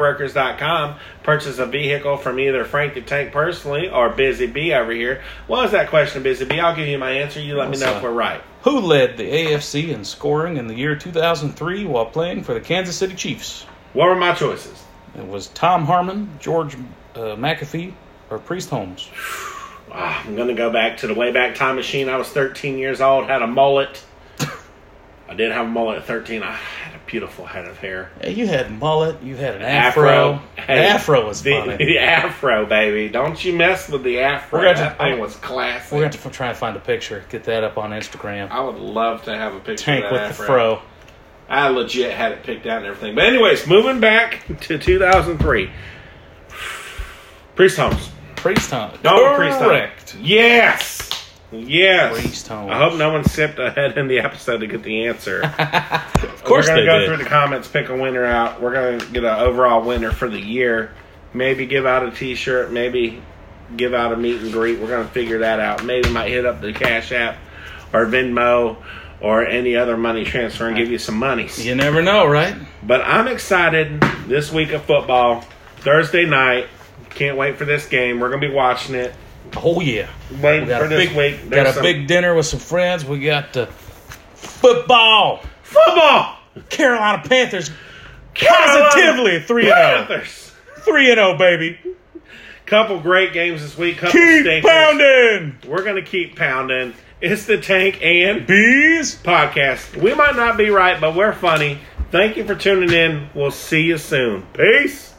A: trinitycarbrokers.com. Purchase a vehicle from either Frank the Tank personally or Busy Bee over here. What was that question, Busy Bee? I'll give you my answer. You let
B: What's
A: me know
B: that?
A: if we're right.
B: Who led the AFC in scoring in the year 2003 while playing for the Kansas City Chiefs?
A: What were my choices?
B: It was Tom Harmon, George uh, McAfee, or Priest Holmes.
A: Ah, I'm going to go back to the way back time machine. I was 13 years old, had a mullet. I did have a mullet at 13. I had a beautiful head of hair.
B: Yeah, you had mullet, you had an afro.
A: Afro.
B: The
A: Hey,
B: afro was
A: the,
B: funny.
A: The afro, baby. Don't you mess with the afro.
B: We're gonna-
A: that thing was classic.
B: We're going to have to try and find a picture, get that up on Instagram.
A: I would love to have a picture
B: Tank
A: of
B: with
A: that
B: the
A: afro.
B: fro.
A: I legit had it picked out and everything. But anyways, moving back to 2003. Priest Holmes.
B: Priest Holmes.
A: Donald Priest Holmes.
B: Correct.
A: Yes. Yes.
B: Priest Holmes.
A: I hope no one sipped ahead in the episode to get the answer.
B: Of course
A: we're
B: they
A: gonna go
B: did.
A: through the comments, pick a winner out. We're gonna get an overall winner for the year. Maybe give out a T-shirt. Maybe give out a meet and greet. We're gonna figure that out. Maybe might hit up the Cash App or Venmo or any other money transfer and give you some monies.
B: You never know, right?
A: But I'm excited this week of football. Thursday night. Can't wait for this game. We're gonna be watching it.
B: Oh, yeah.
A: Waiting
B: We got
A: for
B: a
A: this
B: big,
A: week.
B: got
A: There's
B: a
A: some
B: big dinner with some friends. We got the football.
A: football.
B: Carolina Panthers
A: Carolina
B: oh. positively 3 0.
A: Panthers.
B: 3 0, oh, baby.
A: Couple great games this week. Couple
B: Keep
A: stinkers.
B: pounding,
A: We're gonna keep pounding. It's the Tank and
B: bees.
A: podcast. We might not be right, but we're funny. Thank you for tuning in. We'll see you soon. Peace.